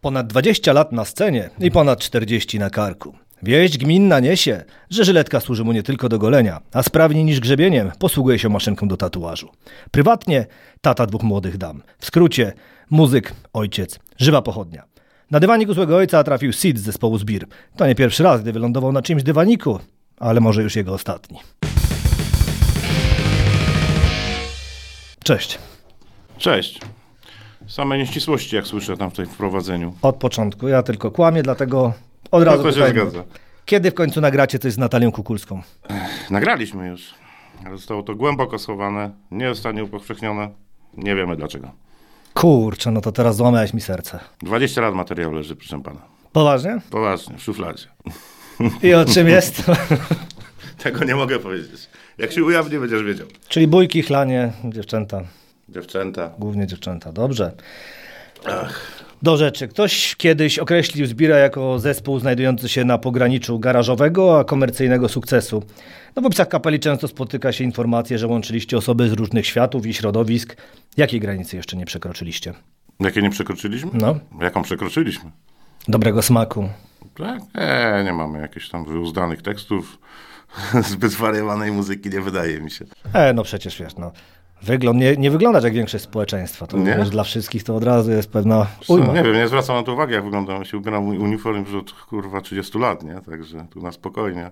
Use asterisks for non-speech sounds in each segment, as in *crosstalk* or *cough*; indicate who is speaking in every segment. Speaker 1: Ponad 20 lat na scenie i ponad 40 na karku. Wieść gminna niesie, że żyletka służy mu nie tylko do golenia, a sprawniej niż grzebieniem posługuje się maszynką do tatuażu. Prywatnie tata dwóch młodych dam. W skrócie muzyk, ojciec, żywa pochodnia. Na dywaniku złego ojca trafił Sid z zespołu Zbir. To nie pierwszy raz, gdy wylądował na czymś dywaniku, ale może już jego ostatni. Cześć.
Speaker 2: Cześć. Same nieścisłości, jak słyszę tam w tym wprowadzeniu.
Speaker 1: Od początku ja tylko kłamię, dlatego od razu
Speaker 2: to się
Speaker 1: pytanie.
Speaker 2: zgadza.
Speaker 1: Kiedy w końcu nagracie coś z Natalią Kukulską?
Speaker 2: Nagraliśmy już, ale zostało to głęboko schowane, nie w stanie upowszechnione. Nie wiemy dlaczego.
Speaker 1: Kurczę, no to teraz złamałeś mi serce.
Speaker 2: 20 lat materiału leży, proszę pana.
Speaker 1: Poważnie?
Speaker 2: Poważnie, w szufladzie.
Speaker 1: I o czym jest?
Speaker 2: *laughs*
Speaker 1: *laughs*
Speaker 2: Tego nie mogę powiedzieć. Jak się ujawni, będziesz wiedział.
Speaker 1: Czyli bójki, chlanie, dziewczęta,
Speaker 2: Dziewczęta.
Speaker 1: głównie dziewczęta, dobrze. Do rzeczy. Ktoś kiedyś określił Zbira jako zespół znajdujący się na pograniczu garażowego, a komercyjnego sukcesu. No w opisach kapeli często spotyka się informacje, że łączyliście osoby z różnych światów i środowisk. Jakiej granicy jeszcze nie przekroczyliście?
Speaker 2: Jakie nie przekroczyliśmy?
Speaker 1: No,
Speaker 2: Jaką przekroczyliśmy?
Speaker 1: dobrego smaku.
Speaker 2: Tak? Nie, nie mamy jakichś tam wyuzdanych tekstów. *laughs* Zbyt wariowanej muzyki nie wydaje mi się.
Speaker 1: E, no przecież wiesz, no. Wygląd, nie, nie wyglądasz jak większość społeczeństwa. To
Speaker 2: Nie?
Speaker 1: wiesz, dla wszystkich to od razu jest pewna
Speaker 2: No,
Speaker 1: ujma.
Speaker 2: Nie wiem, nie zwracam na to uwagi, jak wyglądam. Ja się ubieram w uniform już od kurwa 30 lat, nie? Także tu na spokojnie.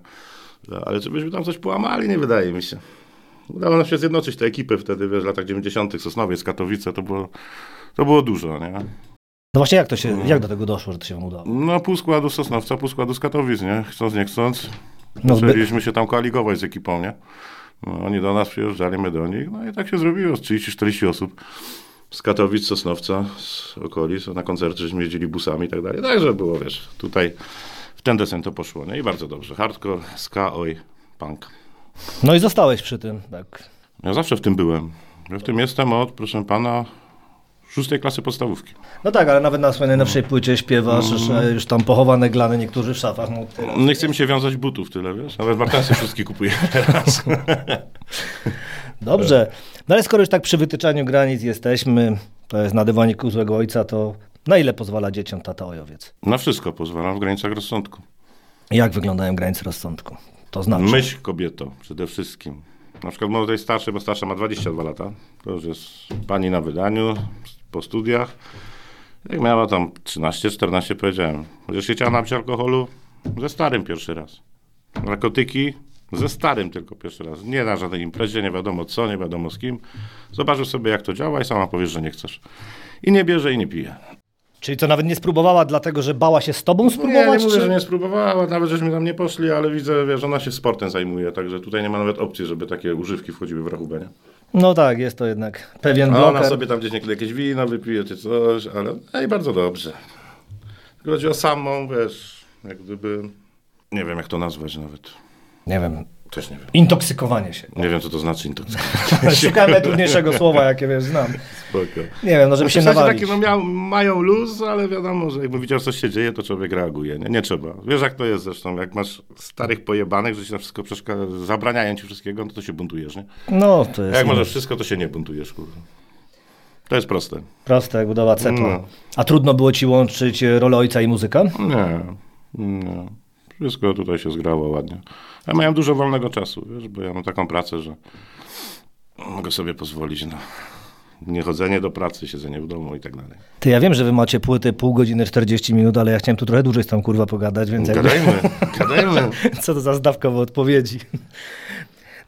Speaker 2: No, Ale żebyśmy tam coś połamali, nie wydaje mi się. Udało nam się zjednoczyć te ekipy wtedy, wiesz, w latach 90. Sosnowiec, Katowice, to było, to było dużo, nie?
Speaker 1: No właśnie jak to
Speaker 2: Mm.
Speaker 1: się, jak do tego doszło, że to się wam udało?
Speaker 2: No pół składu z Sosnowca, pół składu z Katowic, nie? Chcąc, nie chcąc,
Speaker 1: No zbyt,
Speaker 2: zaczęliśmy się tam koaligować z ekipą, nie? No, oni do nas przyjeżdżali, my do nich, no i tak się zrobiło, z 30-40 osób. Z Katowic, Sosnowca, z okolic, na koncerty żeśmy jeździli busami i tak dalej. Także było, wiesz, tutaj w ten desen to poszło, nie? I bardzo dobrze. Hardcore, ska, oj, punk.
Speaker 1: no i zostałeś przy tym, tak.
Speaker 2: Ja zawsze w tym byłem. Ja w tym jestem od, proszę pana, szóstej klasy podstawówki.
Speaker 1: No tak, ale nawet na swojej najnowszej płycie śpiewasz,
Speaker 2: Mm.
Speaker 1: że już tam pochowane glany niektórzy w szafach. No, ty.
Speaker 2: Nie chcę mi się wiązać butów tyle, wiesz? Nawet *laughs* martensy wszystkie kupuję teraz.
Speaker 1: Dobrze. No ale skoro już tak przy wytyczaniu granic jesteśmy, to jest na dywaniku złego ojca, to na ile pozwala dzieciom tata ojowiec?
Speaker 2: Na wszystko pozwalam w granicach rozsądku.
Speaker 1: Jak wyglądają granice rozsądku? To znaczy...
Speaker 2: Myśl kobieto przede wszystkim. Na przykład może tej starszej, bo starsza ma 22 lata. To już jest pani na wydaniu, po studiach. Jak miała tam 13-14 powiedziałem, będziesz się chciała napić alkoholu ze starym pierwszy raz. Narkotyki ze starym tylko pierwszy raz. Nie na żadnej imprezie, nie wiadomo co, nie wiadomo z kim. Zobaczysz sobie jak to działa i sama powiesz, że nie chcesz. I nie bierze i nie pije.
Speaker 1: Czyli to nawet nie spróbowała dlatego, że bała się z tobą spróbować?
Speaker 2: Nie, nie mówię,
Speaker 1: czy...
Speaker 2: że nie spróbowała, nawet żeśmy tam nie poszli, ale widzę, wiesz, ona się sportem zajmuje, także tutaj nie ma nawet opcji, żeby takie używki wchodziły w rachubę, nie?
Speaker 1: No tak, jest to jednak pewien
Speaker 2: A ona
Speaker 1: bloker.
Speaker 2: sobie tam gdzieś niekiedy jakieś wino wypije czy coś, ale no i bardzo dobrze. Tylko chodzi o samą, wiesz, jak gdyby, nie wiem jak to nazwać nawet,
Speaker 1: Nie wiem,
Speaker 2: też nie wiem.
Speaker 1: intoksykowanie się. *laughs*
Speaker 2: Nie wiem, co to znaczy intoksykacja.
Speaker 1: Szukałem najtrudniejszego słowa, jakie wiesz, znam.
Speaker 2: *laughs* Spoko.
Speaker 1: Nie wiem, no żeby
Speaker 2: Znaczy,
Speaker 1: się
Speaker 2: w sensie
Speaker 1: nawalić.
Speaker 2: takie, no, miał, mają luz, ale wiadomo, że jakby widział, co się dzieje, to człowiek reaguje. Nie, nie trzeba. Wiesz, jak to jest zresztą. Jak masz starych pojebanych, że ci na wszystko przeszkadza, zabraniają ci wszystkiego, no to się buntujesz, nie?
Speaker 1: No, to
Speaker 2: Jak
Speaker 1: jest
Speaker 2: możesz wszystko, to się nie buntujesz, kurwa. To jest proste.
Speaker 1: proste jak budowa cepla.
Speaker 2: No.
Speaker 1: A trudno było ci łączyć e, rolę ojca i muzyka?
Speaker 2: Nie, nie. Wszystko tutaj się zgrało ładnie. Ja miałem dużo wolnego czasu, wiesz, bo ja mam taką pracę, że mogę sobie pozwolić na niechodzenie do pracy, siedzenie w domu i tak dalej.
Speaker 1: Ty, ja wiem, że wy macie płyty pół godziny 40 minut, ale ja chciałem tu trochę dłużej z tą kurwa pogadać, więc jakby,
Speaker 2: Gadajmy,
Speaker 1: *laughs*
Speaker 2: gadajmy.
Speaker 1: co to za zdawkowe odpowiedzi.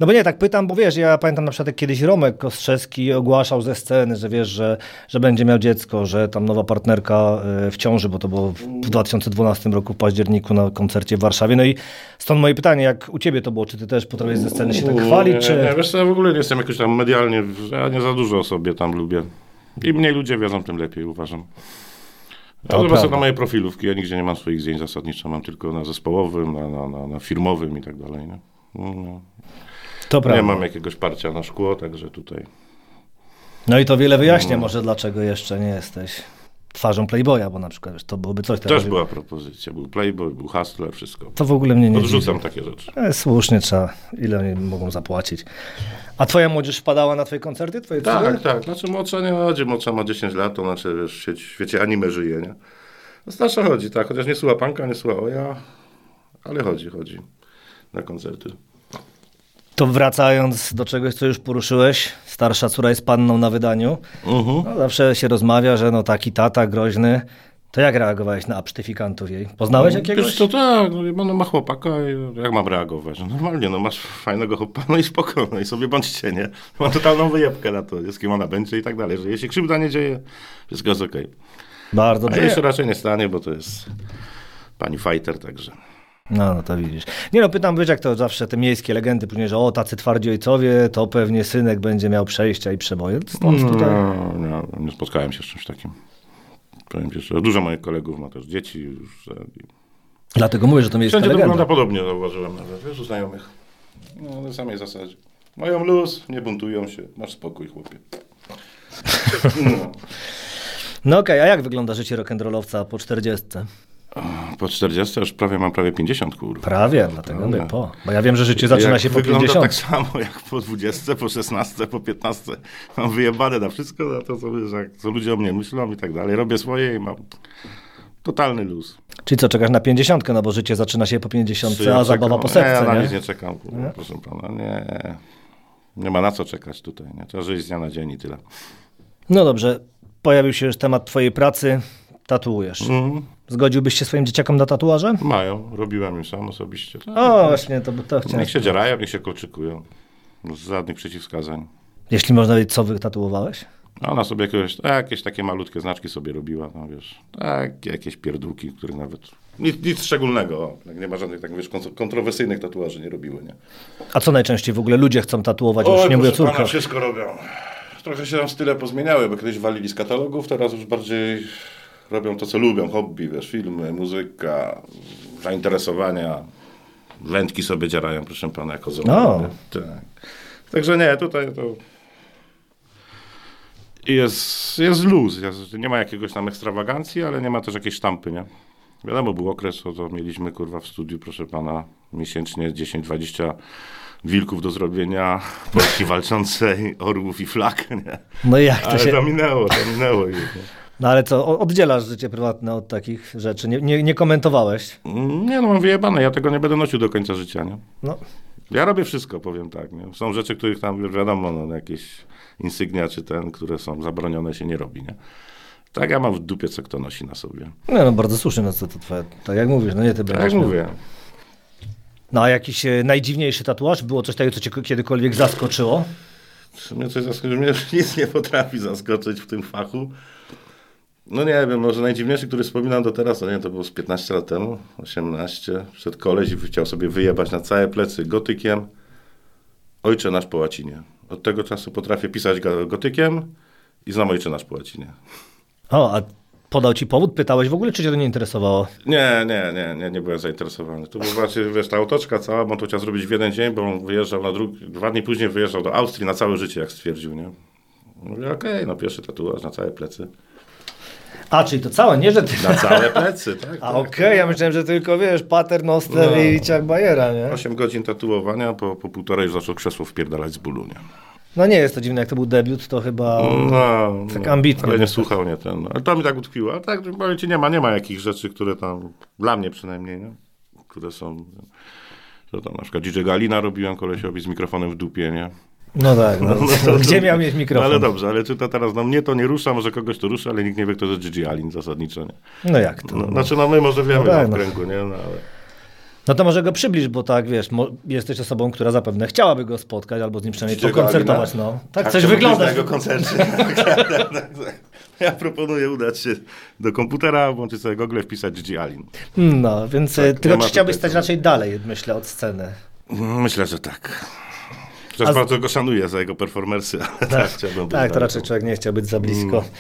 Speaker 1: No bo nie, tak pytam, bo wiesz, ja pamiętam na przykład jak kiedyś Romek Kostrzewski ogłaszał ze sceny, że wiesz, że, że będzie miał dziecko, że tam nowa partnerka e, w ciąży, bo to było w- w 2012 roku w październiku na koncercie w Warszawie. No i stąd moje pytanie, jak u ciebie to było, czy ty też potrafisz ze sceny się tak
Speaker 2: nie,
Speaker 1: chwalić,
Speaker 2: Nie,
Speaker 1: czy...
Speaker 2: wiesz co, ja w ogóle nie jestem jakoś tam medialnie, że ja nie za dużo o sobie tam lubię. Im mniej ludzie wiedzą, tym lepiej, uważam.
Speaker 1: To
Speaker 2: Ja zobacz sobie
Speaker 1: prawda.
Speaker 2: na moje profilówki, ja nigdzie nie mam swoich zdjęć zasadniczo, mam tylko na zespołowym, na, na, na, na firmowym i tak dalej, nie? No,
Speaker 1: To
Speaker 2: nie
Speaker 1: prawda.
Speaker 2: mam jakiegoś parcia na szkło, także tutaj.
Speaker 1: No i to wiele wyjaśnia może, dlaczego jeszcze nie jesteś twarzą Playboya, bo na przykład wiesz, to byłoby coś takiego.
Speaker 2: Też była propozycja, był Playboy, był Hustler, wszystko.
Speaker 1: To w ogóle mnie nie dziwi.
Speaker 2: Odrzucam takie rzeczy.
Speaker 1: E, Słusznie trzeba, ile oni mogą zapłacić. A twoja młodzież wpadała na twoje koncerty? Twoje
Speaker 2: Tak,
Speaker 1: córki?
Speaker 2: tak. Znaczy młodsza nie chodzi, młodsza ma 10 lat, to znaczy wiesz, w sieci- w świecie anime żyje, nie? No starsza chodzi, tak, chociaż nie słucha panka, nie słucha oja, ale chodzi, chodzi na koncerty.
Speaker 1: To wracając do czegoś, co już poruszyłeś, starsza córa jest panną na wydaniu. No, zawsze się rozmawia, że no taki tata groźny. To jak reagowałeś na absztyfikantów jej? Poznałeś
Speaker 2: Wiesz
Speaker 1: jakiegoś?
Speaker 2: co, tak, no, wie pan, no ma chłopaka, i jak mam reagować? No Normalnie, no masz fajnego chłopaka, no i spoko, no i sobie bądźcie, nie? Ma totalną wyjebkę na to, z kim ona będzie i tak dalej, że jeśli krzywda nie dzieje, wszystko jest okej.
Speaker 1: Bardzo
Speaker 2: A
Speaker 1: dobrze.
Speaker 2: jeszcze raczej nie stanie, bo to jest pani fighter, także...
Speaker 1: No, no to widzisz. Nie no, pytam, wiesz jak to zawsze te miejskie legendy później, że o, tacy twardzi ojcowie, to pewnie synek będzie miał przejścia i przeboje. Stąd tutaj.
Speaker 2: No, nie, nie spotkałem się z czymś takim. Powiem ci szczerze, dużo moich kolegów ma też dzieci już. e, i-
Speaker 1: Dlatego mówię, że to miejskie
Speaker 2: Wszędzie to
Speaker 1: legenda.
Speaker 2: wygląda podobnie, zauważyłem nawet, wiesz, u znajomych. No, na samej zasadzie. Mają luz, nie buntują się, masz spokój, chłopie.
Speaker 1: *laughs*
Speaker 2: No.
Speaker 1: No okej, a jak wygląda życie rock'n'rollowca po 40?
Speaker 2: Po 40 już prawie mam prawie 50, kurwa.
Speaker 1: Prawie, dlatego
Speaker 2: No, Prawda.
Speaker 1: mówię po. Bo ja wiem, że życie zaczyna
Speaker 2: Jak
Speaker 1: Tak się po
Speaker 2: wygląda
Speaker 1: 50.
Speaker 2: tak samo jak po 20, po 16, po 15. Mam wyjebane na wszystko, na to, co, wiesz, jak- co ludzie o mnie myślą i tak dalej. Robię swoje i mam totalny luz.
Speaker 1: Czyli co, czekasz na 50, no bo życie zaczyna się po 50,
Speaker 2: Czy ja
Speaker 1: a zabawa
Speaker 2: czekam?
Speaker 1: po
Speaker 2: Nie, ja
Speaker 1: setce,
Speaker 2: na
Speaker 1: nie?
Speaker 2: nic nie czekam, kurwa, proszę pana. Nie. Nie ma na co czekać tutaj. Nie? Trzeba żyć z dnia na dzień i tyle.
Speaker 1: No dobrze, pojawił się już temat twojej pracy, tatuujesz.
Speaker 2: Mhm.
Speaker 1: Zgodziłbyś się swoim dzieciakom na tatuaże?
Speaker 2: Mają, robiłem im sam osobiście.
Speaker 1: O, No, właśnie, to, to chciałem.
Speaker 2: Niech się dzierają, niech się kolczykują. Z żadnych przeciwwskazań.
Speaker 1: Jeśli można wiedzieć, co wytatuowałeś?
Speaker 2: A Ona sobie jakieś, jakieś takie malutkie znaczki sobie robiła, no wiesz, tak, jakieś pierdółki, których nawet... Nic, nic szczególnego, o, tak, nie ma żadnych, tak wiesz, kontro- kontrowersyjnych tatuaży nie robiły, nie?
Speaker 1: A co najczęściej w ogóle ludzie chcą tatuować? już nie mówię o
Speaker 2: proszę pana,
Speaker 1: córkach.
Speaker 2: wszystko robią. Trochę się tam style pozmieniały, bo kiedyś walili z katalogów, teraz już bardziej robią to, co lubią, hobby, wiesz, filmy, muzyka, zainteresowania. Wędki sobie dzierają, proszę pana, jako
Speaker 1: O.
Speaker 2: zobaczenie. Tak. Także nie, tutaj to... Jest, jest luz, jest, nie ma jakiegoś tam ekstrawagancji, ale nie ma też jakiejś sztampy, nie? Wiadomo, był okres, o to mieliśmy kurwa w studiu, proszę pana, miesięcznie 10-20 wilków do zrobienia, *laughs* Polski walczącej, orłów i flag, nie?
Speaker 1: No i jak to
Speaker 2: Ale
Speaker 1: się...
Speaker 2: to minęło, to minęło już. nie?
Speaker 1: No ale co, o- oddzielasz życie prywatne od takich rzeczy? Nie, nie, nie komentowałeś?
Speaker 2: Nie no, mam wyjebane, ja tego nie będę nosił do końca życia, nie?
Speaker 1: No,
Speaker 2: Ja robię wszystko, powiem tak, nie? Są rzeczy, których tam, wiadomo, no, jakieś insygnia czy ten, które są zabronione, się nie robi, nie? Tak ja mam w dupie, co kto nosi na sobie.
Speaker 1: no, no bardzo słusznie, no co to twoje... Tak jak mówisz, no nie ty
Speaker 2: Tak
Speaker 1: będziesz
Speaker 2: jak
Speaker 1: miał.
Speaker 2: mówię.
Speaker 1: No a jakiś e, najdziwniejszy tatuaż? Było coś takiego, co cię kiedykolwiek zaskoczyło?
Speaker 2: W sumie coś zaskoczy, mnie *laughs* już nic nie potrafi zaskoczyć w tym fachu. No nie wiem, może najdziwniejszy, który wspominam do teraz, to nie wiem, to było z 15 lat temu, 18, przed koleś i chciał sobie wyjebać na całe plecy gotykiem Ojcze nasz po łacinie. Od tego czasu potrafię pisać go- gotykiem i znam Ojcze nasz po łacinie.
Speaker 1: O, a podał ci powód? Pytałeś w ogóle, czy cię to nie interesowało?
Speaker 2: Nie, nie, nie, nie, nie byłem zainteresowany. Tu była właśnie, wiesz, ta otoczka cała, bo on to chciał zrobić w jeden dzień, bo on wyjeżdżał na drugi, dwa dni później wyjeżdżał do Austrii na całe życie, jak stwierdził, nie? Mówię, okej, no pierwszy tatuaż na całe plecy.
Speaker 1: A, czyli to całe, nie, że ty...
Speaker 2: Na całe plecy, tak?
Speaker 1: *laughs* A
Speaker 2: tak.
Speaker 1: okej, ja myślałem, że tylko, wiesz, Pater Noster
Speaker 2: No.
Speaker 1: i Ciach Bajera, nie?
Speaker 2: 8 godzin tatuowania, po, po półtorej już zaczął krzesło wpierdalać z bólu, nie?
Speaker 1: No nie jest to dziwne, jak to był debiut, to chyba...
Speaker 2: No,
Speaker 1: tak
Speaker 2: no,
Speaker 1: ambitnie.
Speaker 2: Ale nie słuchał, nie ten. Ale to mi tak utkwiło. Ale tak, powiem ci, nie ma, nie ma jakichś rzeczy, które tam, dla mnie przynajmniej, nie? Które są, że tam na przykład DJ Galina robiłem kolesiowi z mikrofonem w dupie, nie?
Speaker 1: No tak,
Speaker 2: *laughs*
Speaker 1: no,
Speaker 2: to-
Speaker 1: gdzie miał mieć mikrofon?
Speaker 2: No ale dobrze, ale czy to teraz, no mnie to nie rusza, może kogoś to rusza, ale nikt nie wie, kto to jest DJ Alin zasadniczo, nie?
Speaker 1: No jak to?
Speaker 2: No, znaczy, no my może
Speaker 1: No
Speaker 2: wiemy
Speaker 1: tak, no.
Speaker 2: no, w kręgu, nie? No, ale...
Speaker 1: No to może go przybliż, bo tak, wiesz, mo- jesteś osobą, która zapewne chciałaby go spotkać albo z nim przynajmniej
Speaker 2: Dziego
Speaker 1: pokoncertować,
Speaker 2: Alina?
Speaker 1: no. Tak, coś wygląda.
Speaker 2: Na jego koncercie.
Speaker 1: *laughs*
Speaker 2: tak, tak, tak. *laughs* Ja proponuję udać się do komputera, włączyć sobie Google, wpisać Gigi Alin.
Speaker 1: No, więc
Speaker 2: Tak,
Speaker 1: tak, tylko
Speaker 2: nie ma
Speaker 1: czy chciałbyś
Speaker 2: tutaj
Speaker 1: stać raczej dalej, myślę, od sceny.
Speaker 2: Myślę, że tak. Chociaż
Speaker 1: A z-
Speaker 2: bardzo go szanuję za jego performersy, ale tak, chciałbym być
Speaker 1: Tak, to
Speaker 2: dalej.
Speaker 1: raczej człowiek nie chciał być za blisko.
Speaker 2: Mm.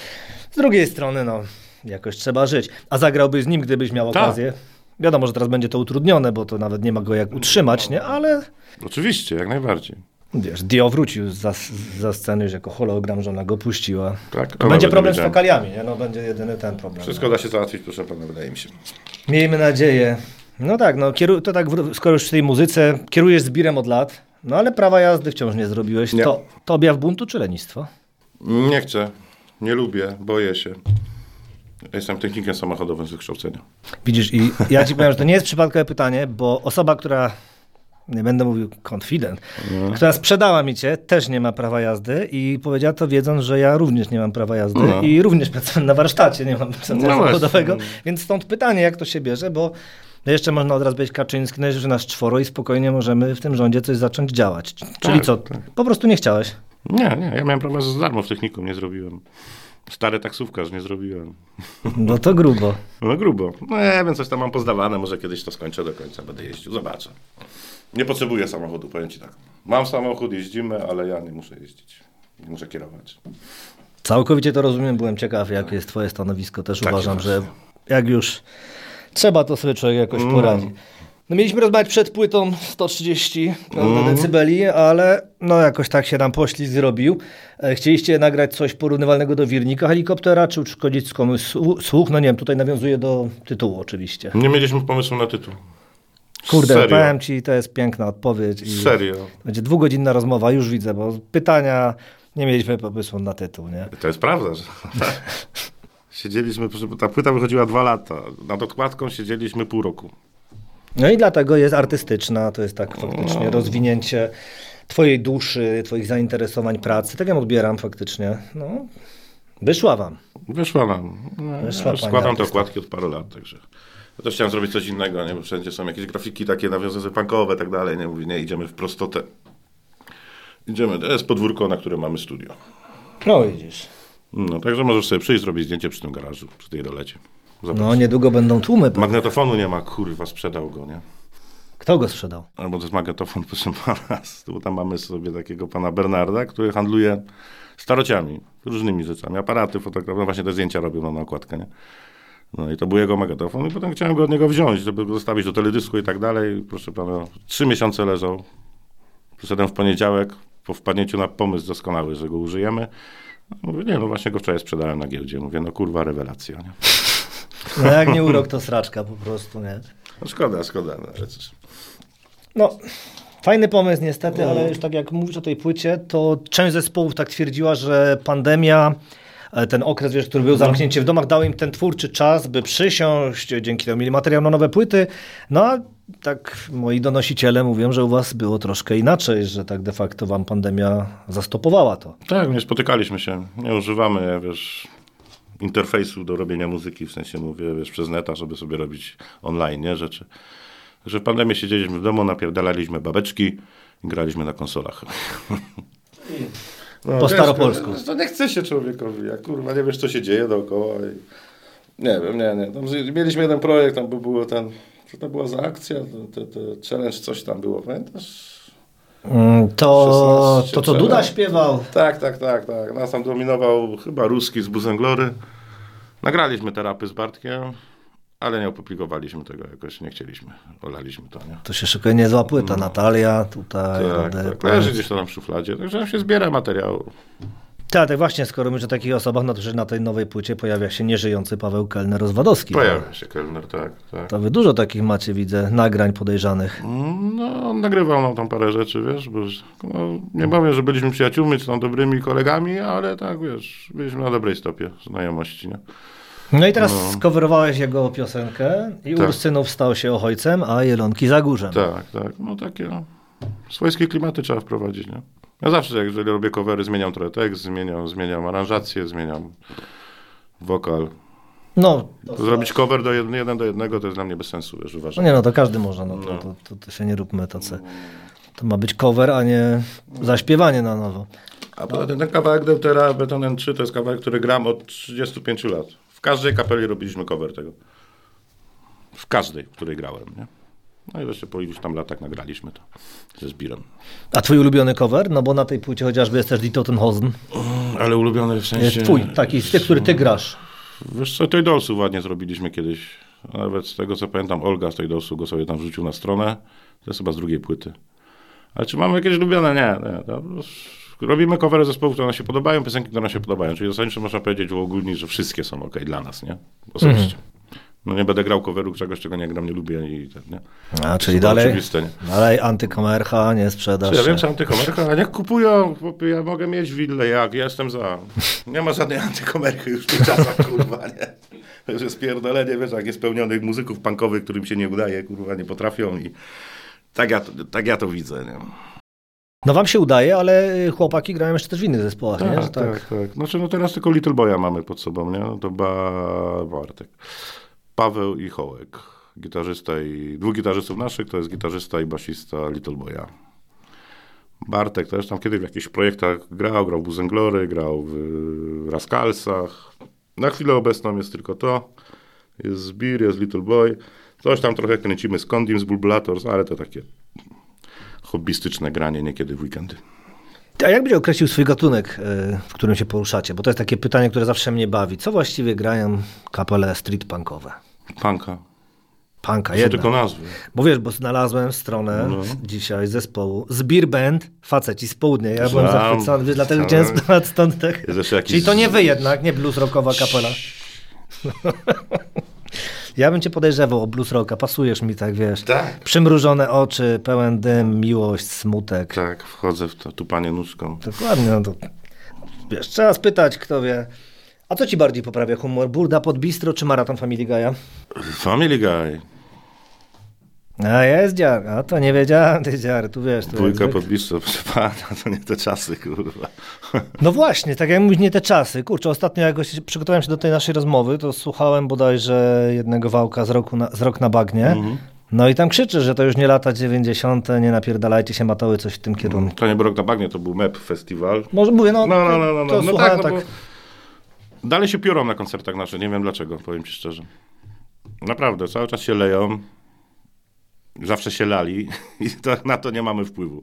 Speaker 1: Z drugiej strony, no, jakoś trzeba żyć. A zagrałbyś z nim, gdybyś miał
Speaker 2: Tak.
Speaker 1: okazję? Wiadomo, że teraz będzie to utrudnione, bo to nawet nie ma go jak utrzymać, nie? Ale
Speaker 2: Oczywiście, jak najbardziej.
Speaker 1: wiesz, Dio wrócił za, za sceny, że jako hologram żona go puściła.
Speaker 2: Tak,
Speaker 1: To
Speaker 2: ale
Speaker 1: będzie problem z
Speaker 2: wiedziałem.
Speaker 1: fokaliami, nie? No, będzie jedyny ten problem.
Speaker 2: Wszystko da się załatwić, proszę pana, wydaje mi się.
Speaker 1: Miejmy nadzieję. No tak, no kieru- to tak, wró- skoro już w tej muzyce kierujesz zbirem od lat, no ale prawa jazdy wciąż nie zrobiłeś.
Speaker 2: Nie.
Speaker 1: To, to objaw buntu czy lenistwo?
Speaker 2: Nie chcę, nie lubię, boję się. Ja jestem technikiem samochodowym z wykształcenia.
Speaker 1: Widzisz, i ja ci powiem, że to nie jest przypadkowe pytanie, bo osoba, która, nie będę mówił confident,
Speaker 2: No.
Speaker 1: która sprzedała mi cię, też nie ma prawa jazdy i powiedziała to wiedząc, że ja również nie mam prawa jazdy
Speaker 2: No.
Speaker 1: i również pracowałem na warsztacie, nie mam licencji
Speaker 2: No właśnie.
Speaker 1: samochodowego, więc stąd pytanie, jak to się bierze, bo no jeszcze można od razu być Kaczyński, no że nas czworo i spokojnie możemy w tym rządzie coś zacząć działać. C- Czyli
Speaker 2: Tak,
Speaker 1: co, po prostu nie chciałeś.
Speaker 2: Nie, nie, ja miałem prawo z darmo w technikum, nie zrobiłem. Stary taksówkarz, nie zrobiłem.
Speaker 1: No to grubo.
Speaker 2: No grubo. No ja wiem, coś tam mam pozdawane, może kiedyś to skończę do końca, będę jeździł, zobaczę. Nie potrzebuję samochodu, powiem ci tak. Mam samochód, jeździmy, ale ja nie muszę jeździć. Nie muszę kierować.
Speaker 1: Całkowicie to rozumiem, byłem ciekaw, jakie jest twoje stanowisko. Też
Speaker 2: Takie
Speaker 1: uważam, że
Speaker 2: właśnie.
Speaker 1: jak już trzeba, to sobie człowiek jakoś
Speaker 2: Mm.
Speaker 1: poradzi. No mieliśmy rozmawiać przed płytą 130 prawda,
Speaker 2: Mm.
Speaker 1: decybeli, ale no jakoś tak się nam poślizg zrobił. E, Chcieliście nagrać coś porównywalnego do wirnika helikoptera, czy uszkodzić z komuś słu- słuch? No nie wiem, tutaj nawiązuję do tytułu oczywiście.
Speaker 2: Nie mieliśmy pomysłu na tytuł.
Speaker 1: Kurde,
Speaker 2: Serio.
Speaker 1: powiem ci, to jest piękna odpowiedź. I
Speaker 2: Serio.
Speaker 1: Będzie dwugodzinna rozmowa, już widzę, bo pytania nie mieliśmy pomysłu na tytuł, nie?
Speaker 2: To jest prawda. Że... *laughs* siedzieliśmy, proszę, ta płyta wychodziła dwa lata. Nad odkładką siedzieliśmy pół roku.
Speaker 1: No i dlatego jest artystyczna, to jest tak faktycznie rozwinięcie twojej duszy, twoich zainteresowań pracy, tak ją odbieram faktycznie. No, wyszła wam.
Speaker 2: Wyszła nam. No, ja
Speaker 1: Wyszła
Speaker 2: już
Speaker 1: pani
Speaker 2: składam te
Speaker 1: artysta.
Speaker 2: okładki od paru lat, także. Ja też chciałem zrobić coś innego, nie? Bo wszędzie są jakieś grafiki takie nawiązane punkowe, tak dalej. Nie mówię, nie, idziemy w prostotę. Idziemy, to jest podwórko, na które mamy studio.
Speaker 1: No widzisz.
Speaker 2: No, także możesz sobie przyjść, zrobić zdjęcie przy tym garażu, przy tej dolecie. Zobacz.
Speaker 1: No niedługo będą tłumy. bo-
Speaker 2: Magnetofonu nie ma, kurwa, sprzedał go, nie?
Speaker 1: Kto go sprzedał?
Speaker 2: Albo to jest magnetofon, *laughs* proszę pana, bo tam mamy sobie takiego pana Bernarda, który handluje starociami, różnymi rzeczami, aparaty fotograficzne, no właśnie te zdjęcia robił no, na okładkę, nie? No i to był jego magnetofon i potem chciałem go od niego wziąć, żeby go zostawić do teledysku i tak dalej. Proszę pana, trzy miesiące leżał. Przyszedłem w poniedziałek, po wpadnięciu na pomysł doskonały, że go użyjemy. Mówię, nie, no właśnie go wczoraj sprzedałem na giełdzie. Mówię, no kurwa, rewelacja, nie?
Speaker 1: No jak nie urok, to sraczka po prostu, nie?
Speaker 2: No, szkoda, szkoda, no, ale cóż.
Speaker 1: No, fajny pomysł niestety, ale już tak jak mówisz o tej płycie, to część zespołów tak twierdziła, że pandemia, e, ten okres, wiesz, który był zamknięcie w domach, dał im ten twórczy czas, by przysiąść, dzięki temu mieli materiał na nowe płyty, no a tak moi donosiciele mówią, że u was było troszkę inaczej, że tak de facto wam pandemia zastopowała to.
Speaker 2: Tak, nie spotykaliśmy się. Nie używamy, wiesz, interfejsu do robienia muzyki, w sensie mówię, wiesz, przez neta, żeby sobie robić online, nie, rzeczy. Że w pandemii siedzieliśmy w domu, napierdalaliśmy babeczki i graliśmy na konsolach. No,
Speaker 1: Po
Speaker 2: wiesz,
Speaker 1: staropolsku.
Speaker 2: To, to nie chce się człowiekowi, jak kurwa nie wiesz, co się dzieje dookoła i... Nie wiem, nie, nie. Tam z- mieliśmy jeden projekt, tam by było ten... Co to była za akcja? To, to, to challenge, coś tam było, pamiętasz?
Speaker 1: Mm, To,
Speaker 2: 16
Speaker 1: to co
Speaker 2: trzeba.
Speaker 1: Duda śpiewał,
Speaker 2: Tak, tak, tak, tak. Nas tam dominował chyba ruski z Buzenglory. Nagraliśmy te rapy z Bartkiem, ale nie opublikowaliśmy tego jakoś, nie chcieliśmy. Olaliśmy to, nie?
Speaker 1: to się szykuje niezła płyta, Natalia tutaj.
Speaker 2: Tak,
Speaker 1: Rodepa.
Speaker 2: tak. Leży gdzieś to tam w szufladzie, także tam się zbiera materiału.
Speaker 1: Tak, tak właśnie, skoro mówisz o takich osobach, no to że na tej nowej płycie pojawia się nieżyjący Paweł Kelner-Rozwadowski.
Speaker 2: Pojawia się Kellner, tak, tak.
Speaker 1: To wy dużo takich macie, widzę, nagrań podejrzanych.
Speaker 2: No, on nagrywał nam tam parę rzeczy, wiesz, bo już, no, nie powiem, że byliśmy przyjaciółmi, czy tam dobrymi kolegami, ale tak, wiesz, byliśmy na dobrej stopie znajomości, nie?
Speaker 1: No i teraz skoverowałeś jego piosenkę i
Speaker 2: Tak.
Speaker 1: Ursynów stał się Ochojcem, a Jelonki Zagórzem.
Speaker 2: Tak, tak. No takie no. swojskie klimaty trzeba wprowadzić, nie? Ja zawsze, jak jeżeli robię covery, zmieniam trochę tekst, zmieniam, zmieniam aranżację, zmieniam wokal.
Speaker 1: No, to-
Speaker 2: Zrobić cover do jeden, jeden do jednego to jest dla mnie bez sensu, wiesz,
Speaker 1: no
Speaker 2: uważam.
Speaker 1: nie no, to każdy może, no to, to, to, to się nie róbmy tacy. To ma być cover, a nie zaśpiewanie na nowo.
Speaker 2: A poza tym ten kawałek Deutera Betonen 3 to jest kawałek, który gram od 35 lat. W każdej kapeli robiliśmy cover tego. W każdej, w której grałem, nie? No i wreszcie po iluś tam latach nagraliśmy to ze zbirem.
Speaker 1: A twój ulubiony cover? No bo na tej płycie chociażby jest też Die Tottenhausen.
Speaker 2: Ale ulubiony w sensie...
Speaker 1: Jest twój, taki z tych, który ty grasz.
Speaker 2: Wiesz co, Tojdolsu ładnie zrobiliśmy kiedyś. Nawet z tego co pamiętam, Olga z Tojdolsu go sobie tam wrzucił na stronę. To jest chyba z drugiej płyty. Ale czy mamy jakieś lubione? Nie, nie. To robimy covery zespołów, które nam się podobają, piosenki, które nam się podobają. Czyli zasadniczo można powiedzieć ogólnie, że wszystkie są ok dla nas, nie? Osobiście. No nie będę grał coveru czegoś, czego nie gram, nie lubię i ten, nie?
Speaker 1: A, czyli
Speaker 2: To
Speaker 1: dalej,
Speaker 2: Oczywiste, nie?
Speaker 1: dalej antykomercha, nie sprzedaż.
Speaker 2: Ja
Speaker 1: się.
Speaker 2: wiem, czy antykomerka, a niech kupują, chłopie, ja mogę mieć willę, jak, ja jestem za. Nie ma żadnej antykomerki już w tych czasach, kurwa, nie? To już jest pierdolenie, wiesz, jak niespełnionych muzyków punkowych, którym się nie udaje, kurwa, nie potrafią i tak ja, to- tak ja to widzę, nie?
Speaker 1: No wam się udaje, ale chłopaki grają jeszcze też w innych zespołach, nie? Że
Speaker 2: tak, tak. Znaczy, no teraz tylko Little Boya mamy pod sobą, nie? No to ba... Bartek. Paweł i Hołek. Gitarzysta i... Dwóch gitarzystów naszych, to jest gitarzysta i basista Little Boya. Bartek też tam kiedyś w jakichś projektach grał, grał w Buzenglory, grał w y, Raskalsach. Na chwilę obecną jest tylko to. Jest Zbir, jest Little Boy. Coś tam trochę kręcimy z Condim, z Bulbulators, ale to takie hobbystyczne granie niekiedy w weekendy. tak.
Speaker 1: A jak byś określił swój gatunek, y, w którym się poruszacie? Bo to jest takie pytanie, które zawsze mnie bawi. Co właściwie grają kapele street punkowe?
Speaker 2: Panka.
Speaker 1: Punka,
Speaker 2: To są
Speaker 1: jednak.
Speaker 2: tylko No. nazwy.
Speaker 1: Bo wiesz, bo znalazłem stronę dzisiaj zespołu Zbir Band, faceci z południa. Ja byłem
Speaker 2: Znam.
Speaker 1: zachwycony, wiesz, dlatego
Speaker 2: Znam.
Speaker 1: chciałem sprawdzić stąd tak.
Speaker 2: Jest jeszcze jakiś-
Speaker 1: Czyli to nie wy jednak, nie blues rockowa kapela. *laughs* ja bym cię podejrzewał o blues rocka, pasujesz mi tak, wiesz.
Speaker 2: Tak.
Speaker 1: Przymrużone oczy, pełen dym, miłość, smutek.
Speaker 2: Tak, wchodzę w to tupanie nóżką.
Speaker 1: Dokładnie, no to wiesz, trzeba spytać, kto wie. A co ci bardziej poprawia humor? Burda pod bistro czy maraton Family Guy'a?
Speaker 2: Family Guy.
Speaker 1: A jest dziar, a to nie wiedziałem, ty dziar, tu wiesz. Tu jak
Speaker 2: Dwójka
Speaker 1: zwykle.
Speaker 2: pod blisko, proszę pana, to nie te czasy, kurwa.
Speaker 1: No właśnie, tak jak mówisz, nie te czasy. Kurczę, ostatnio jak się przygotowałem się do tej naszej rozmowy, to słuchałem bodajże jednego wałka z, roku na, z rok na bagnie.
Speaker 2: Mhm.
Speaker 1: No i tam krzyczy, że to już nie lata 90., nie napierdalajcie się matoły, coś w tym kierunku.
Speaker 2: To nie był rok na bagnie, to był MEP festiwal.
Speaker 1: Może mówię, no,
Speaker 2: No, no, no, no.
Speaker 1: to
Speaker 2: no, no
Speaker 1: słuchałem tak.
Speaker 2: bo Dalej się piorą na koncertach naszych, nie wiem dlaczego, powiem ci szczerze. Naprawdę, cały czas się leją. Zawsze się lali *laughs* i to, na to nie mamy wpływu.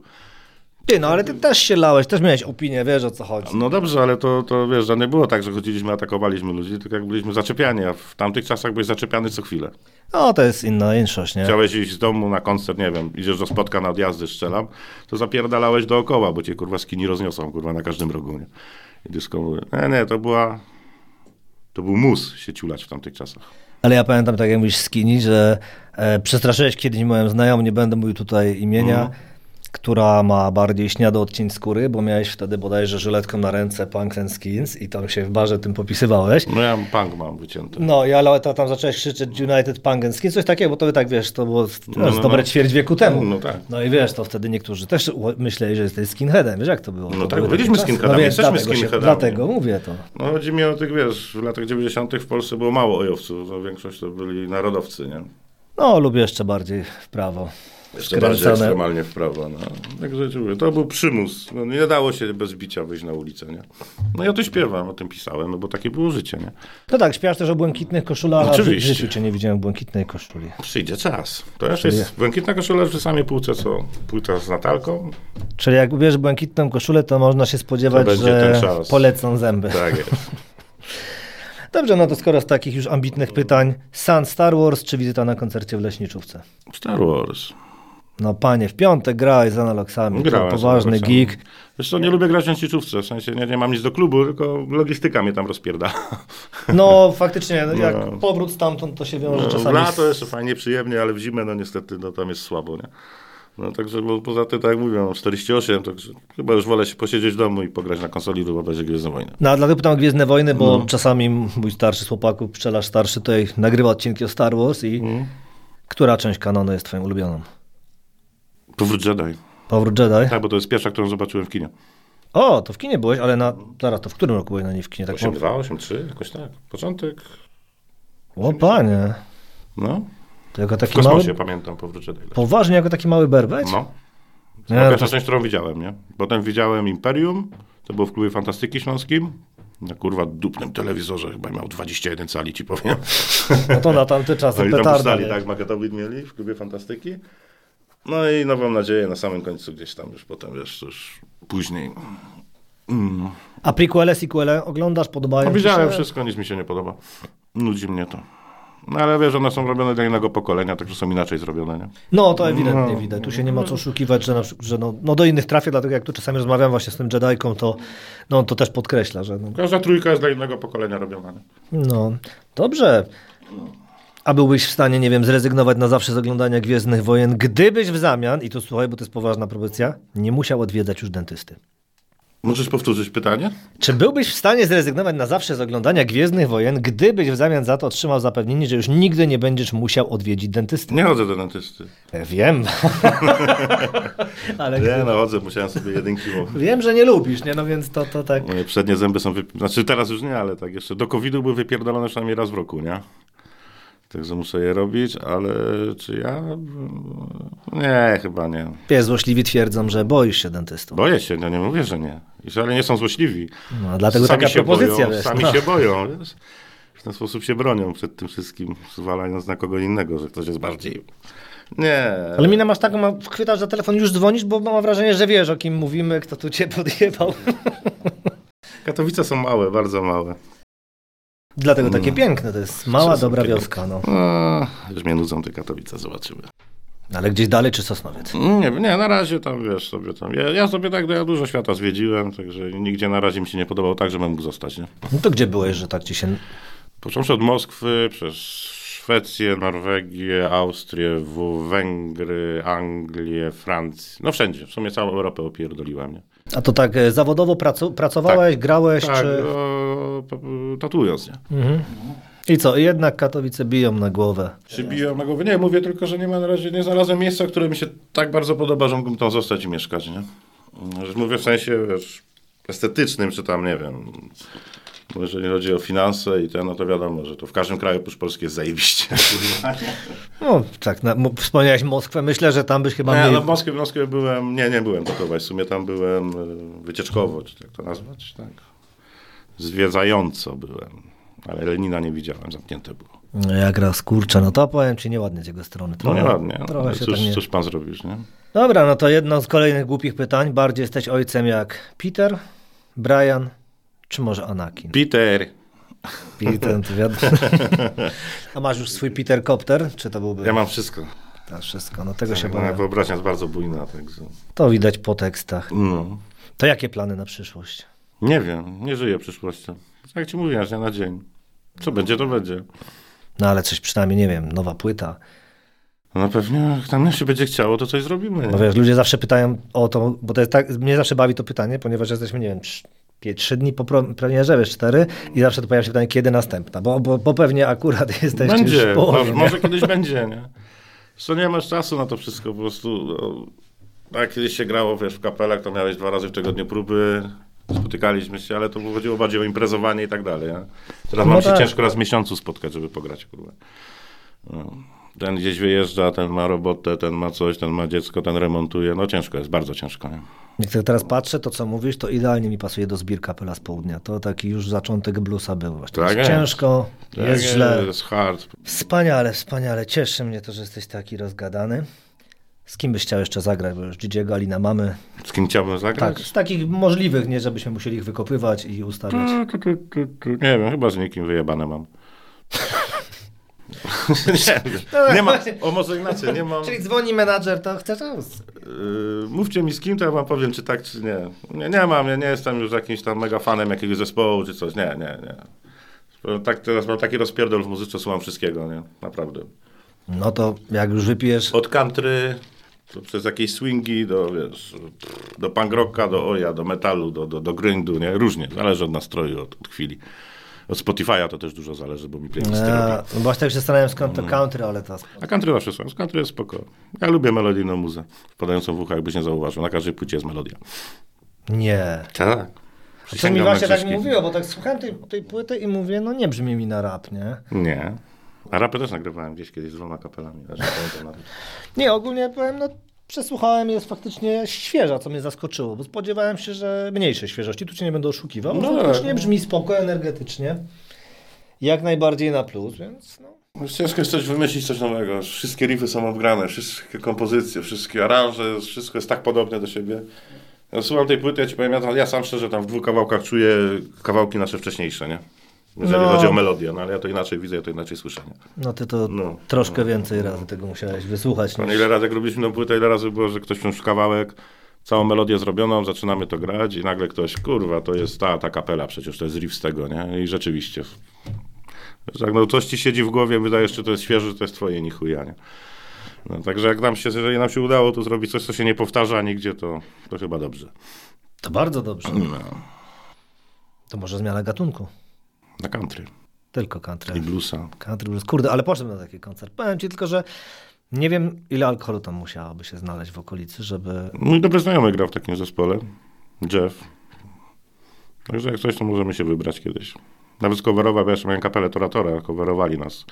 Speaker 1: Ty, no ale ty też się lałeś, też miałeś opinię, wiesz o co chodzi.
Speaker 2: No dobrze, ale to, to wiesz, że nie było tak, że chodziliśmy, atakowaliśmy ludzi, tylko jak byliśmy zaczepiani, a w tamtych czasach byłeś zaczepiany co chwilę.
Speaker 1: No to jest inna inszość, nie?
Speaker 2: Chciałeś iść z domu na koncert, nie wiem, idziesz do spotka na odjazdy, strzelam, to zapierdalałeś dookoła, bo cię kurwa skini rozniosą, kurwa, na każdym rogu, nie? I dysko mówię, nie, nie, to była, to był mus się ciulać w tamtych czasach.
Speaker 1: Ale ja pamiętam, tak jak mówisz, Skini, że e, przestraszyłeś kiedyś moją znajomą, nie będę mówił tutaj imienia,
Speaker 2: Mhm.
Speaker 1: która ma bardziej śniady odcień skóry, bo miałeś wtedy bodajże żyletką na ręce Punks and Skins i tam się w barze tym popisywałeś.
Speaker 2: No ja punk mam wycięty.
Speaker 1: No i ale ta, tam zacząłeś krzyczeć United Punk and Skins, coś takiego, bo to by tak, wiesz, to było z-
Speaker 2: No, no,
Speaker 1: z dobre
Speaker 2: no.
Speaker 1: ćwierć wieku temu.
Speaker 2: No tak.
Speaker 1: No i wiesz, to wtedy niektórzy też u- myśleli, że jesteś skinheadem, wiesz jak to było?
Speaker 2: No
Speaker 1: to
Speaker 2: tak,
Speaker 1: były takie
Speaker 2: byliśmy
Speaker 1: czasy. No
Speaker 2: skinheadami,
Speaker 1: więc
Speaker 2: jesteśmy
Speaker 1: dlatego się-
Speaker 2: skinheadami.
Speaker 1: Dlatego mówię to.
Speaker 2: No chodzi mi o tych, wiesz, w latach 90. w Polsce było mało ojowców, to większość to byli narodowcy, nie?
Speaker 1: No, lubię jeszcze bardziej w prawo.
Speaker 2: Jeszcze bardziej
Speaker 1: Skręcone.
Speaker 2: ekstremalnie w prawo, no. Także ci mówię, to był przymus, no, nie dało się bez bicia wyjść na ulicę, nie? No ja to śpiewam, o tym pisałem, no bo takie było życie, nie?
Speaker 1: No tak, śpiewasz też o błękitnych koszulach, a w
Speaker 2: Oczywiście.
Speaker 1: życiu cię nie widziałem w błękitnej koszuli.
Speaker 2: Przyjdzie czas. To jeszcze jest błękitna koszula w tej samej półce, co płyta z Natalką.
Speaker 1: Czyli jak ubierzesz błękitną koszulę, to można się spodziewać,
Speaker 2: To będzie
Speaker 1: że
Speaker 2: ten czas.
Speaker 1: polecą zęby.
Speaker 2: Tak
Speaker 1: *laughs*
Speaker 2: jest.
Speaker 1: Dobrze, no to skoro z takich już ambitnych pytań, Sun Star Wars czy wizyta na koncercie w Leśniczówce?
Speaker 2: Star Wars.
Speaker 1: No panie, w piątek grałeś z analogsami, to
Speaker 2: No, Grałem.
Speaker 1: poważny
Speaker 2: z
Speaker 1: geek.
Speaker 2: Zresztą nie lubię grać na ciczówce, w sensie nie, nie mam nic do klubu, tylko logistyka mnie tam rozpierda.
Speaker 1: No faktycznie, no, jak
Speaker 2: No.
Speaker 1: powrót stamtąd, to się wiąże
Speaker 2: No, *laughs* w
Speaker 1: czasami
Speaker 2: lato
Speaker 1: z...
Speaker 2: jeszcze fajnie, przyjemnie, ale w zimę no niestety no, tam jest słabo, nie? No także bo poza tym, tak jak mówię, mam 48, także chyba już wolę się posiedzieć w domu i pograć na konsoli, lub obejrzeć Gwiezdne Wojny.
Speaker 1: No, a dlatego pytam o Gwiezdne Wojny, bo
Speaker 2: No.
Speaker 1: czasami mój starszy z chłopaków, pszczelarz starszy, tutaj nagrywa odcinki o Star Wars i
Speaker 2: Mm.
Speaker 1: która część kanonu jest twoją ulubioną?
Speaker 2: Powrót Jedi.
Speaker 1: Powrót Jedi?
Speaker 2: Tak, bo to jest pierwsza, którą zobaczyłem w kinie.
Speaker 1: O, to w kinie byłeś, ale na, zaraz, to w którym roku byłeś na niej w kinie? Tak
Speaker 2: 8.2, 8.3, jakoś tak. Początek.
Speaker 1: O panie,
Speaker 2: No,
Speaker 1: to jako
Speaker 2: W
Speaker 1: taki mały,
Speaker 2: kosmosie pamiętam powrót Jedi.
Speaker 1: poważnie jako taki mały berbeć?
Speaker 2: No.
Speaker 1: Nie,
Speaker 2: Nie,
Speaker 1: no
Speaker 2: pierwsza
Speaker 1: to-
Speaker 2: część, którą widziałem, nie? Potem widziałem Imperium, to było w klubie Fantastyki Śląskim. Na kurwa dupnym telewizorze chyba miał 21 cali, ci powiem.
Speaker 1: No to na tamte
Speaker 2: No *laughs*
Speaker 1: czasy
Speaker 2: i tam
Speaker 1: petarda.
Speaker 2: ustali,
Speaker 1: nie?
Speaker 2: tak, makietowid mieli w klubie Fantastyki. No i nową nadzieję na samym końcu gdzieś tam już potem, wiesz, to już później.
Speaker 1: A prequele, sequele oglądasz, podobają
Speaker 2: No
Speaker 1: ci
Speaker 2: widziałem
Speaker 1: się?
Speaker 2: wszystko, nic mi się nie podoba. Nudzi mnie to. No ale wiesz, one są robione dla innego pokolenia, także są inaczej zrobione, nie?
Speaker 1: No, to ewidentnie widać. Tu się nie ma co oszukiwać, że, na, przykład- że no, no do innych trafię, dlatego jak tu czasami rozmawiam właśnie z tym Jediką, to no, on to też podkreśla, że no,
Speaker 2: Każda trójka jest dla innego pokolenia robiona, nie?
Speaker 1: no dobrze. A byłbyś w stanie, nie wiem, zrezygnować na zawsze z oglądania Gwiezdnych Wojen, gdybyś w zamian, i to słuchaj, bo to jest poważna propozycja, nie musiał odwiedzać już dentysty.
Speaker 2: Możesz powtórzyć pytanie?
Speaker 1: Czy byłbyś w stanie zrezygnować na zawsze z oglądania Gwiezdnych Wojen, gdybyś w zamian za to otrzymał zapewnienie, że już nigdy nie będziesz musiał odwiedzić dentysty?
Speaker 2: Nie chodzę do dentysty.
Speaker 1: E, Wiem. Ale
Speaker 2: Nie, no chodzę, musiałem sobie jedynki, bo
Speaker 1: wiem, że nie lubisz, nie? No więc to, to tak.
Speaker 2: moje przednie zęby są, wyp... znaczy teraz już nie, ale tak jeszcze do COVID-u były wypierdolone przynajmniej raz w roku, nie? Także muszę je robić, ale czy ja? Nie, chyba nie.
Speaker 1: Pies złośliwi twierdzą, że boisz się dentystów.
Speaker 2: Boję się, no nie mówię, że nie. I że- Ale nie są złośliwi.
Speaker 1: No, a dlatego
Speaker 2: sami
Speaker 1: taka
Speaker 2: się
Speaker 1: propozycja,
Speaker 2: boją,
Speaker 1: wiesz,
Speaker 2: Sami
Speaker 1: no.
Speaker 2: się boją, wiesz? W ten sposób się bronią przed tym wszystkim, zwalając na kogo innego, że ktoś jest bardziej... Nie.
Speaker 1: Ale minę masz taką, ma- chwytasz za telefon, już dzwonisz, bo mam wrażenie, że wiesz o kim mówimy, kto tu cię *laughs* podjebał.
Speaker 2: Katowice są małe, bardzo małe.
Speaker 1: Dlatego takie piękne, to jest mała,
Speaker 2: Czasem
Speaker 1: dobra
Speaker 2: Hmm. piękne.
Speaker 1: wioska, no.
Speaker 2: A, już mnie nudzą te Katowice, zobaczymy.
Speaker 1: Ale gdzieś dalej czy Sosnowiec?
Speaker 2: Nie, nie, na razie tam, wiesz, sobie tam, ja, ja sobie tak, ja dużo świata zwiedziłem, także nigdzie na razie mi się nie podobało tak, żebym mógł zostać, nie?
Speaker 1: No to gdzie byłeś, że tak ci się...
Speaker 2: Począwszy od Moskwy, przez Szwecję, Norwegię, Austrię, w- Węgry, Anglię, Francję, no wszędzie, w sumie całą Europę opierdoliłem, nie?
Speaker 1: A to tak e, zawodowo pracu- pracowałeś, grałeś,
Speaker 2: Tak,
Speaker 1: czy...
Speaker 2: o, p- p- tatuując, nie?
Speaker 1: I co, jednak Katowice biją na głowę.
Speaker 2: Przybiłem na głowę, nie, mówię tylko, że nie ma na razie, nie znalazłem miejsca, które mi się tak bardzo podoba, że mógłbym tam zostać i mieszkać, nie? Że Mówię w sensie, wiesz, estetycznym, czy tam, nie wiem, bo jeżeli chodzi o finanse i ten, no to wiadomo, że to w każdym kraju oprócz Polski jest zajebiście. *laughs*
Speaker 1: No tak, na, mo- wspomniałeś Moskwę, myślę, że tam byś chyba...
Speaker 2: Nie,
Speaker 1: mniej-
Speaker 2: no w Moskwie, w Moskwie byłem, nie, nie byłem tatować, w sumie tam byłem e, wycieczkowo, czy tak to nazwać, tak. Zwiedzająco byłem, ale Lenina nie widziałem, zamknięte było.
Speaker 1: No Jak raz, kurczę, no to powiem ci nieładnie z jego strony.
Speaker 2: No
Speaker 1: Trochę,
Speaker 2: nieładnie,
Speaker 1: Trochę
Speaker 2: no,
Speaker 1: się
Speaker 2: cóż,
Speaker 1: tak nie...
Speaker 2: cóż pan zrobisz, nie?
Speaker 1: Dobra, no to jedno z kolejnych głupich pytań. Bardziej jesteś ojcem jak Peter, Brian, czy może Anakin?
Speaker 2: Peter!
Speaker 1: Peter, to wiadomo.
Speaker 2: *laughs*
Speaker 1: A masz już swój Peter Copter? Czy to byłby...
Speaker 2: Ja mam wszystko.
Speaker 1: To wszystko, no tego się
Speaker 2: Moja
Speaker 1: boję.
Speaker 2: wyobraźnia jest bardzo bujna, także.
Speaker 1: To widać po tekstach.
Speaker 2: No.
Speaker 1: To jakie plany na przyszłość?
Speaker 2: Nie wiem, nie żyję przyszłością. Jak ci mówiłem, z dnia na dzień. Co będzie, to będzie.
Speaker 1: No ale coś przynajmniej, nie wiem, nowa płyta.
Speaker 2: No na pewno, jak tam nam się będzie chciało, to coś zrobimy.
Speaker 1: Bo wiesz, ludzie zawsze pytają o to, bo to jest tak, mnie zawsze bawi to pytanie, ponieważ jesteśmy, nie wiem, trz- pie- trzy dni po pro- premierze, wiesz, cztery i zawsze to pojawia się pytanie, kiedy następna, bo, bo, bo pewnie akurat *laughs* jesteście już
Speaker 2: będzie, no,
Speaker 1: w połowie.
Speaker 2: może, może kiedyś będzie, nie? Co nie masz czasu na to wszystko, po prostu. No, tak kiedyś się grało, wiesz, w kapelach, to miałeś dwa razy w tygodniu próby, spotykaliśmy się, ale to chodziło bardziej o imprezowanie i tak dalej. Nie? Teraz
Speaker 1: No
Speaker 2: mam się
Speaker 1: tak.
Speaker 2: ciężko raz w miesiącu spotkać, żeby pograć, kurwa. No. Ten gdzieś wyjeżdża, ten ma robotę, ten ma coś, ten ma dziecko, ten remontuje. No ciężko jest, bardzo ciężko. Nie?
Speaker 1: Jak tak teraz patrzę, to co mówisz, to idealnie mi pasuje do zbir kapela z południa. To taki już zaczątek bluesa był. Właśnie.
Speaker 2: Tak
Speaker 1: jest
Speaker 2: jest.
Speaker 1: ciężko,
Speaker 2: Tak
Speaker 1: jest źle.
Speaker 2: Jest hard.
Speaker 1: Wspaniale, wspaniale. Cieszy mnie to, że jesteś taki rozgadany. Z kim byś chciał jeszcze zagrać? Bo już Didiego, Alina mamy.
Speaker 2: Z kim chciałbym zagrać?
Speaker 1: Tak, z takich możliwych, nie żebyśmy musieli ich wykopywać i ustawiać.
Speaker 2: Tu, tu, tu, tu, tu. Nie wiem, chyba z nikim wyjebane mam. nie, nie ma, o może inaczej, nie mam.
Speaker 1: Czyli dzwoni menadżer, to chcesz
Speaker 2: Yy, mówcie mi z kim, to ja wam powiem, czy tak, czy nie. Nie, nie mam, ja nie jestem już jakimś tam mega fanem jakiegoś zespołu, czy coś. Nie, nie, nie. Tak, teraz mam taki rozpierdol w muzyce, słucham wszystkiego, nie? Naprawdę.
Speaker 1: No to jak już wypijesz,
Speaker 2: Od country, to przez jakieś swingi, do, wiesz, pff, do punk rocka, do oja, do metalu, do, do, do grindu, nie? Różnie, zależy od nastroju, od, od chwili. Od Spotify'a to też dużo zależy, bo mi playlisty robi. Mm.
Speaker 1: e, właśnie tak się zastanawiam skąd to country, ale to...
Speaker 2: A country zawsze słucham, country jest spoko. Ja lubię melodyjną muzę, wpadającą w ucha, jakbyś nie zauważył. Na każdej płycie jest melodia.
Speaker 1: Nie.
Speaker 2: Tak.
Speaker 1: To mi właśnie tak mówiło, bo tak słuchałem tej, tej płyty i mówię, no nie brzmi mi na rap, nie?
Speaker 2: Nie. A rapy też nagrywałem gdzieś kiedyś z dwoma kapelami. ale nie pamiętam nawet.
Speaker 1: Nie, ogólnie powiem, no przesłuchałem, jest faktycznie świeża, co mnie zaskoczyło, bo spodziewałem się, że mniejszej świeżości, tu cię nie będę oszukiwał, no,
Speaker 2: No.
Speaker 1: faktycznie brzmi spoko, energetycznie, jak najbardziej na plus, więc no.
Speaker 2: No, Ciężko jest coś wymyślić, coś nowego. Wszystkie riffy są obgrane, wszystkie kompozycje, wszystkie aranże, wszystko jest tak podobne do siebie. Ja słucham tej płyty, ja ci powiem, ja, ja sam szczerze tam w dwóch kawałkach czuję kawałki nasze wcześniejsze, nie? Jeżeli
Speaker 1: No.
Speaker 2: chodzi o melodię, no ale ja to inaczej widzę, ja to inaczej słyszę, nie?
Speaker 1: No ty to
Speaker 2: No.
Speaker 1: troszkę więcej razy tego musiałeś wysłuchać.
Speaker 2: No,
Speaker 1: niż-
Speaker 2: ile razy jak robiliśmy tą płytę, ile razy było, że ktoś wziął kawałek, całą melodię zrobioną, zaczynamy to grać i nagle ktoś, kurwa, to jest ta, ta kapela przecież, to jest riff z tego, nie? I rzeczywiście. Wiesz, Jak no coś ci siedzi w głowie, wydajesz, czy to jest świeże, to jest twoje, ni chuja, nie? No, także jak nam się, jeżeli nam się udało tu zrobić coś, co się nie powtarza nigdzie, to, to chyba dobrze.
Speaker 1: To bardzo dobrze.
Speaker 2: No,
Speaker 1: To może zmiana gatunku.
Speaker 2: na country
Speaker 1: Tylko country.
Speaker 2: i bluesa.
Speaker 1: Country blues. Kurde, ale poszedłem na taki koncert. Powiem ci tylko, że nie wiem, ile alkoholu tam musiałoby się znaleźć w okolicy, żeby...
Speaker 2: Mój dobry znajomy grał w takim zespole, Jeff. Także jak coś, to możemy się wybrać kiedyś. Nawet coverowa, bo ja jeszcze miałem kapelę Toratora, coverowali nas.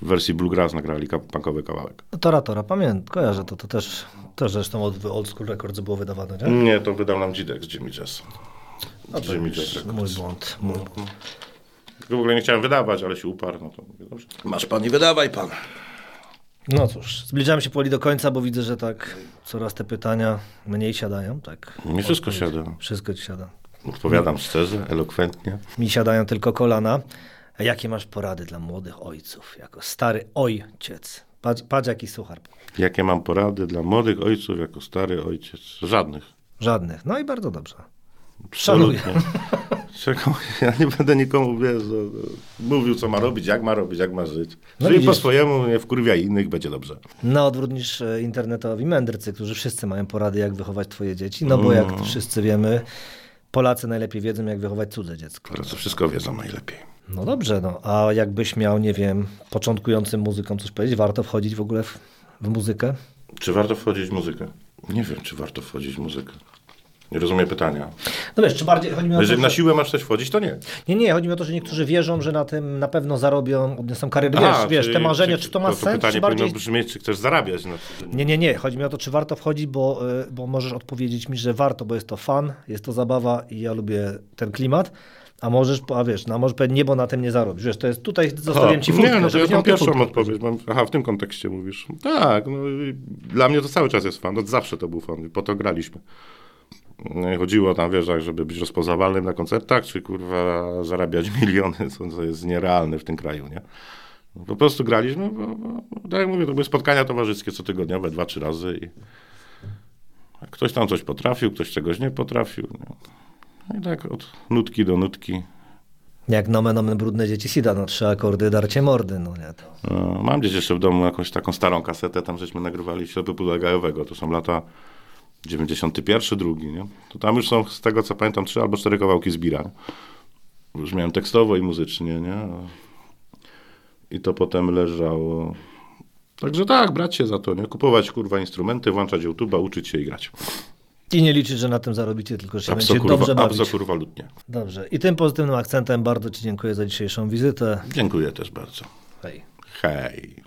Speaker 2: W wersji bluegrass nagrali ka- punkowy kawałek.
Speaker 1: No, Tora, Tora, pamiętam, kojarzę to, to też, też zresztą od Old School Records było wydawane, nie?
Speaker 2: Nie, to wydał nam Dzidek z Jimmy Jazz. Jimmy Jazz Records.
Speaker 1: Mój błąd. Mój.
Speaker 2: Tylko w ogóle nie chciałem wydawać, ale się uparł, no to mówię, dobrze.
Speaker 3: Masz pan i wydawaj pan.
Speaker 1: No cóż, zbliżamy się powoli do końca, bo widzę, że tak coraz te pytania mniej siadają, tak?
Speaker 2: Nie wszystko siada.
Speaker 1: Wszystko ci siada.
Speaker 2: Odpowiadam szczerze, elokwentnie.
Speaker 1: Mi siadają tylko kolana. A Jakie masz porady dla młodych ojców, jako stary ojciec? Patrz, patrz jaki suchar.
Speaker 2: Jakie mam porady dla młodych ojców jako stary ojciec? Żadnych.
Speaker 1: Żadnych. No i bardzo dobrze.
Speaker 2: Absolutnie.
Speaker 1: Szanuję.
Speaker 2: Czego- Ja nie będę nikomu wiesz, no, no, mówił, co ma robić, jak ma robić, jak ma żyć.
Speaker 1: No
Speaker 2: Czyli po
Speaker 1: widzisz.
Speaker 2: swojemu nie wkurwia innych, będzie dobrze.
Speaker 1: Na odwrót niż e, internetowi mędrcy, którzy wszyscy mają porady, jak wychować twoje dzieci. No
Speaker 2: Mm.
Speaker 1: bo jak wszyscy wiemy, Polacy najlepiej wiedzą, jak wychować cudze dziecko.
Speaker 2: Teraz wszystko wiedzą najlepiej.
Speaker 1: No dobrze, no. A jakbyś miał, nie wiem, początkującym muzykom coś powiedzieć, warto wchodzić w ogóle w, w muzykę?
Speaker 2: Czy warto wchodzić w muzykę? Nie wiem, czy warto wchodzić w muzykę. Nie rozumiem pytania.
Speaker 1: No wiesz, czy bardziej chodzi mi o to,
Speaker 2: Jeżeli
Speaker 1: że...
Speaker 2: na siłę masz coś wchodzić, to nie.
Speaker 1: Nie, nie, chodzi mi o to, że niektórzy wierzą, że na tym na pewno zarobią, odniosą karierę. Wiesz,
Speaker 2: A,
Speaker 1: wiesz,
Speaker 2: czyli-
Speaker 1: te marzenie, czy, to ma
Speaker 2: to, to
Speaker 1: sens,
Speaker 2: pytanie
Speaker 1: czy bardziej...
Speaker 2: powinno brzmieć, czy chcesz zarabiać na tym.
Speaker 1: Nie, nie, nie. Chodzi mi o to, czy warto wchodzić, bo, y, bo możesz odpowiedzieć mi, że warto, bo jest to fan, jest to zabawa i ja lubię ten klimat. A możesz, po- a wiesz, no, możesz powiedzieć, nie, bo na tym nie zarobisz. Wiesz, to jest tutaj, zostawiam ci
Speaker 2: O,
Speaker 1: furtkę,
Speaker 2: Nie, no to ja
Speaker 1: żebyś miał
Speaker 2: tą
Speaker 1: tę
Speaker 2: pierwszą
Speaker 1: furtkę.
Speaker 2: odpowiedź. Mam, aha, w tym kontekście mówisz. Tak, no, i dla mnie to cały czas jest fan. Od zawsze to był fan. Po to graliśmy. No i Chodziło tam, wiesz, jak żeby być rozpoznawalnym na koncertach, czy kurwa zarabiać *laughs* miliony, co, co jest nierealne w tym kraju, nie? No, Po prostu graliśmy, bo, bo tak jak mówię, to były spotkania towarzyskie cotygodniowe, dwa, trzy razy i a ktoś tam coś potrafił, ktoś czegoś nie potrafił. Nie? No i tak od nutki do nutki.
Speaker 1: Jak nomen, nomen, brudne dzieci sida, no trzy akordy, darcie mordy, no nie. To.
Speaker 2: No, Mam gdzieś jeszcze w domu jakąś taką starą kasetę, tam żeśmy nagrywali ślepy pudła gajowego, to są lata 91, drugi, nie? To tam już są, z tego co pamiętam, trzy albo cztery kawałki zbira. Już miałem tekstowo i muzycznie, nie? I to potem leżało. Także tak, brać się za to, nie? Kupować, kurwa, instrumenty, włączać YouTube'a, uczyć się i grać.
Speaker 1: I nie liczyć, że na tym zarobicie, tylko że się
Speaker 2: Abso,
Speaker 1: będziecie
Speaker 2: kurwa,
Speaker 1: dobrze bawić.
Speaker 2: abso, kurwa, lutnie.
Speaker 1: Dobrze. I tym pozytywnym akcentem bardzo Ci dziękuję za dzisiejszą wizytę.
Speaker 2: Dziękuję też bardzo.
Speaker 1: Hej.
Speaker 2: Hej.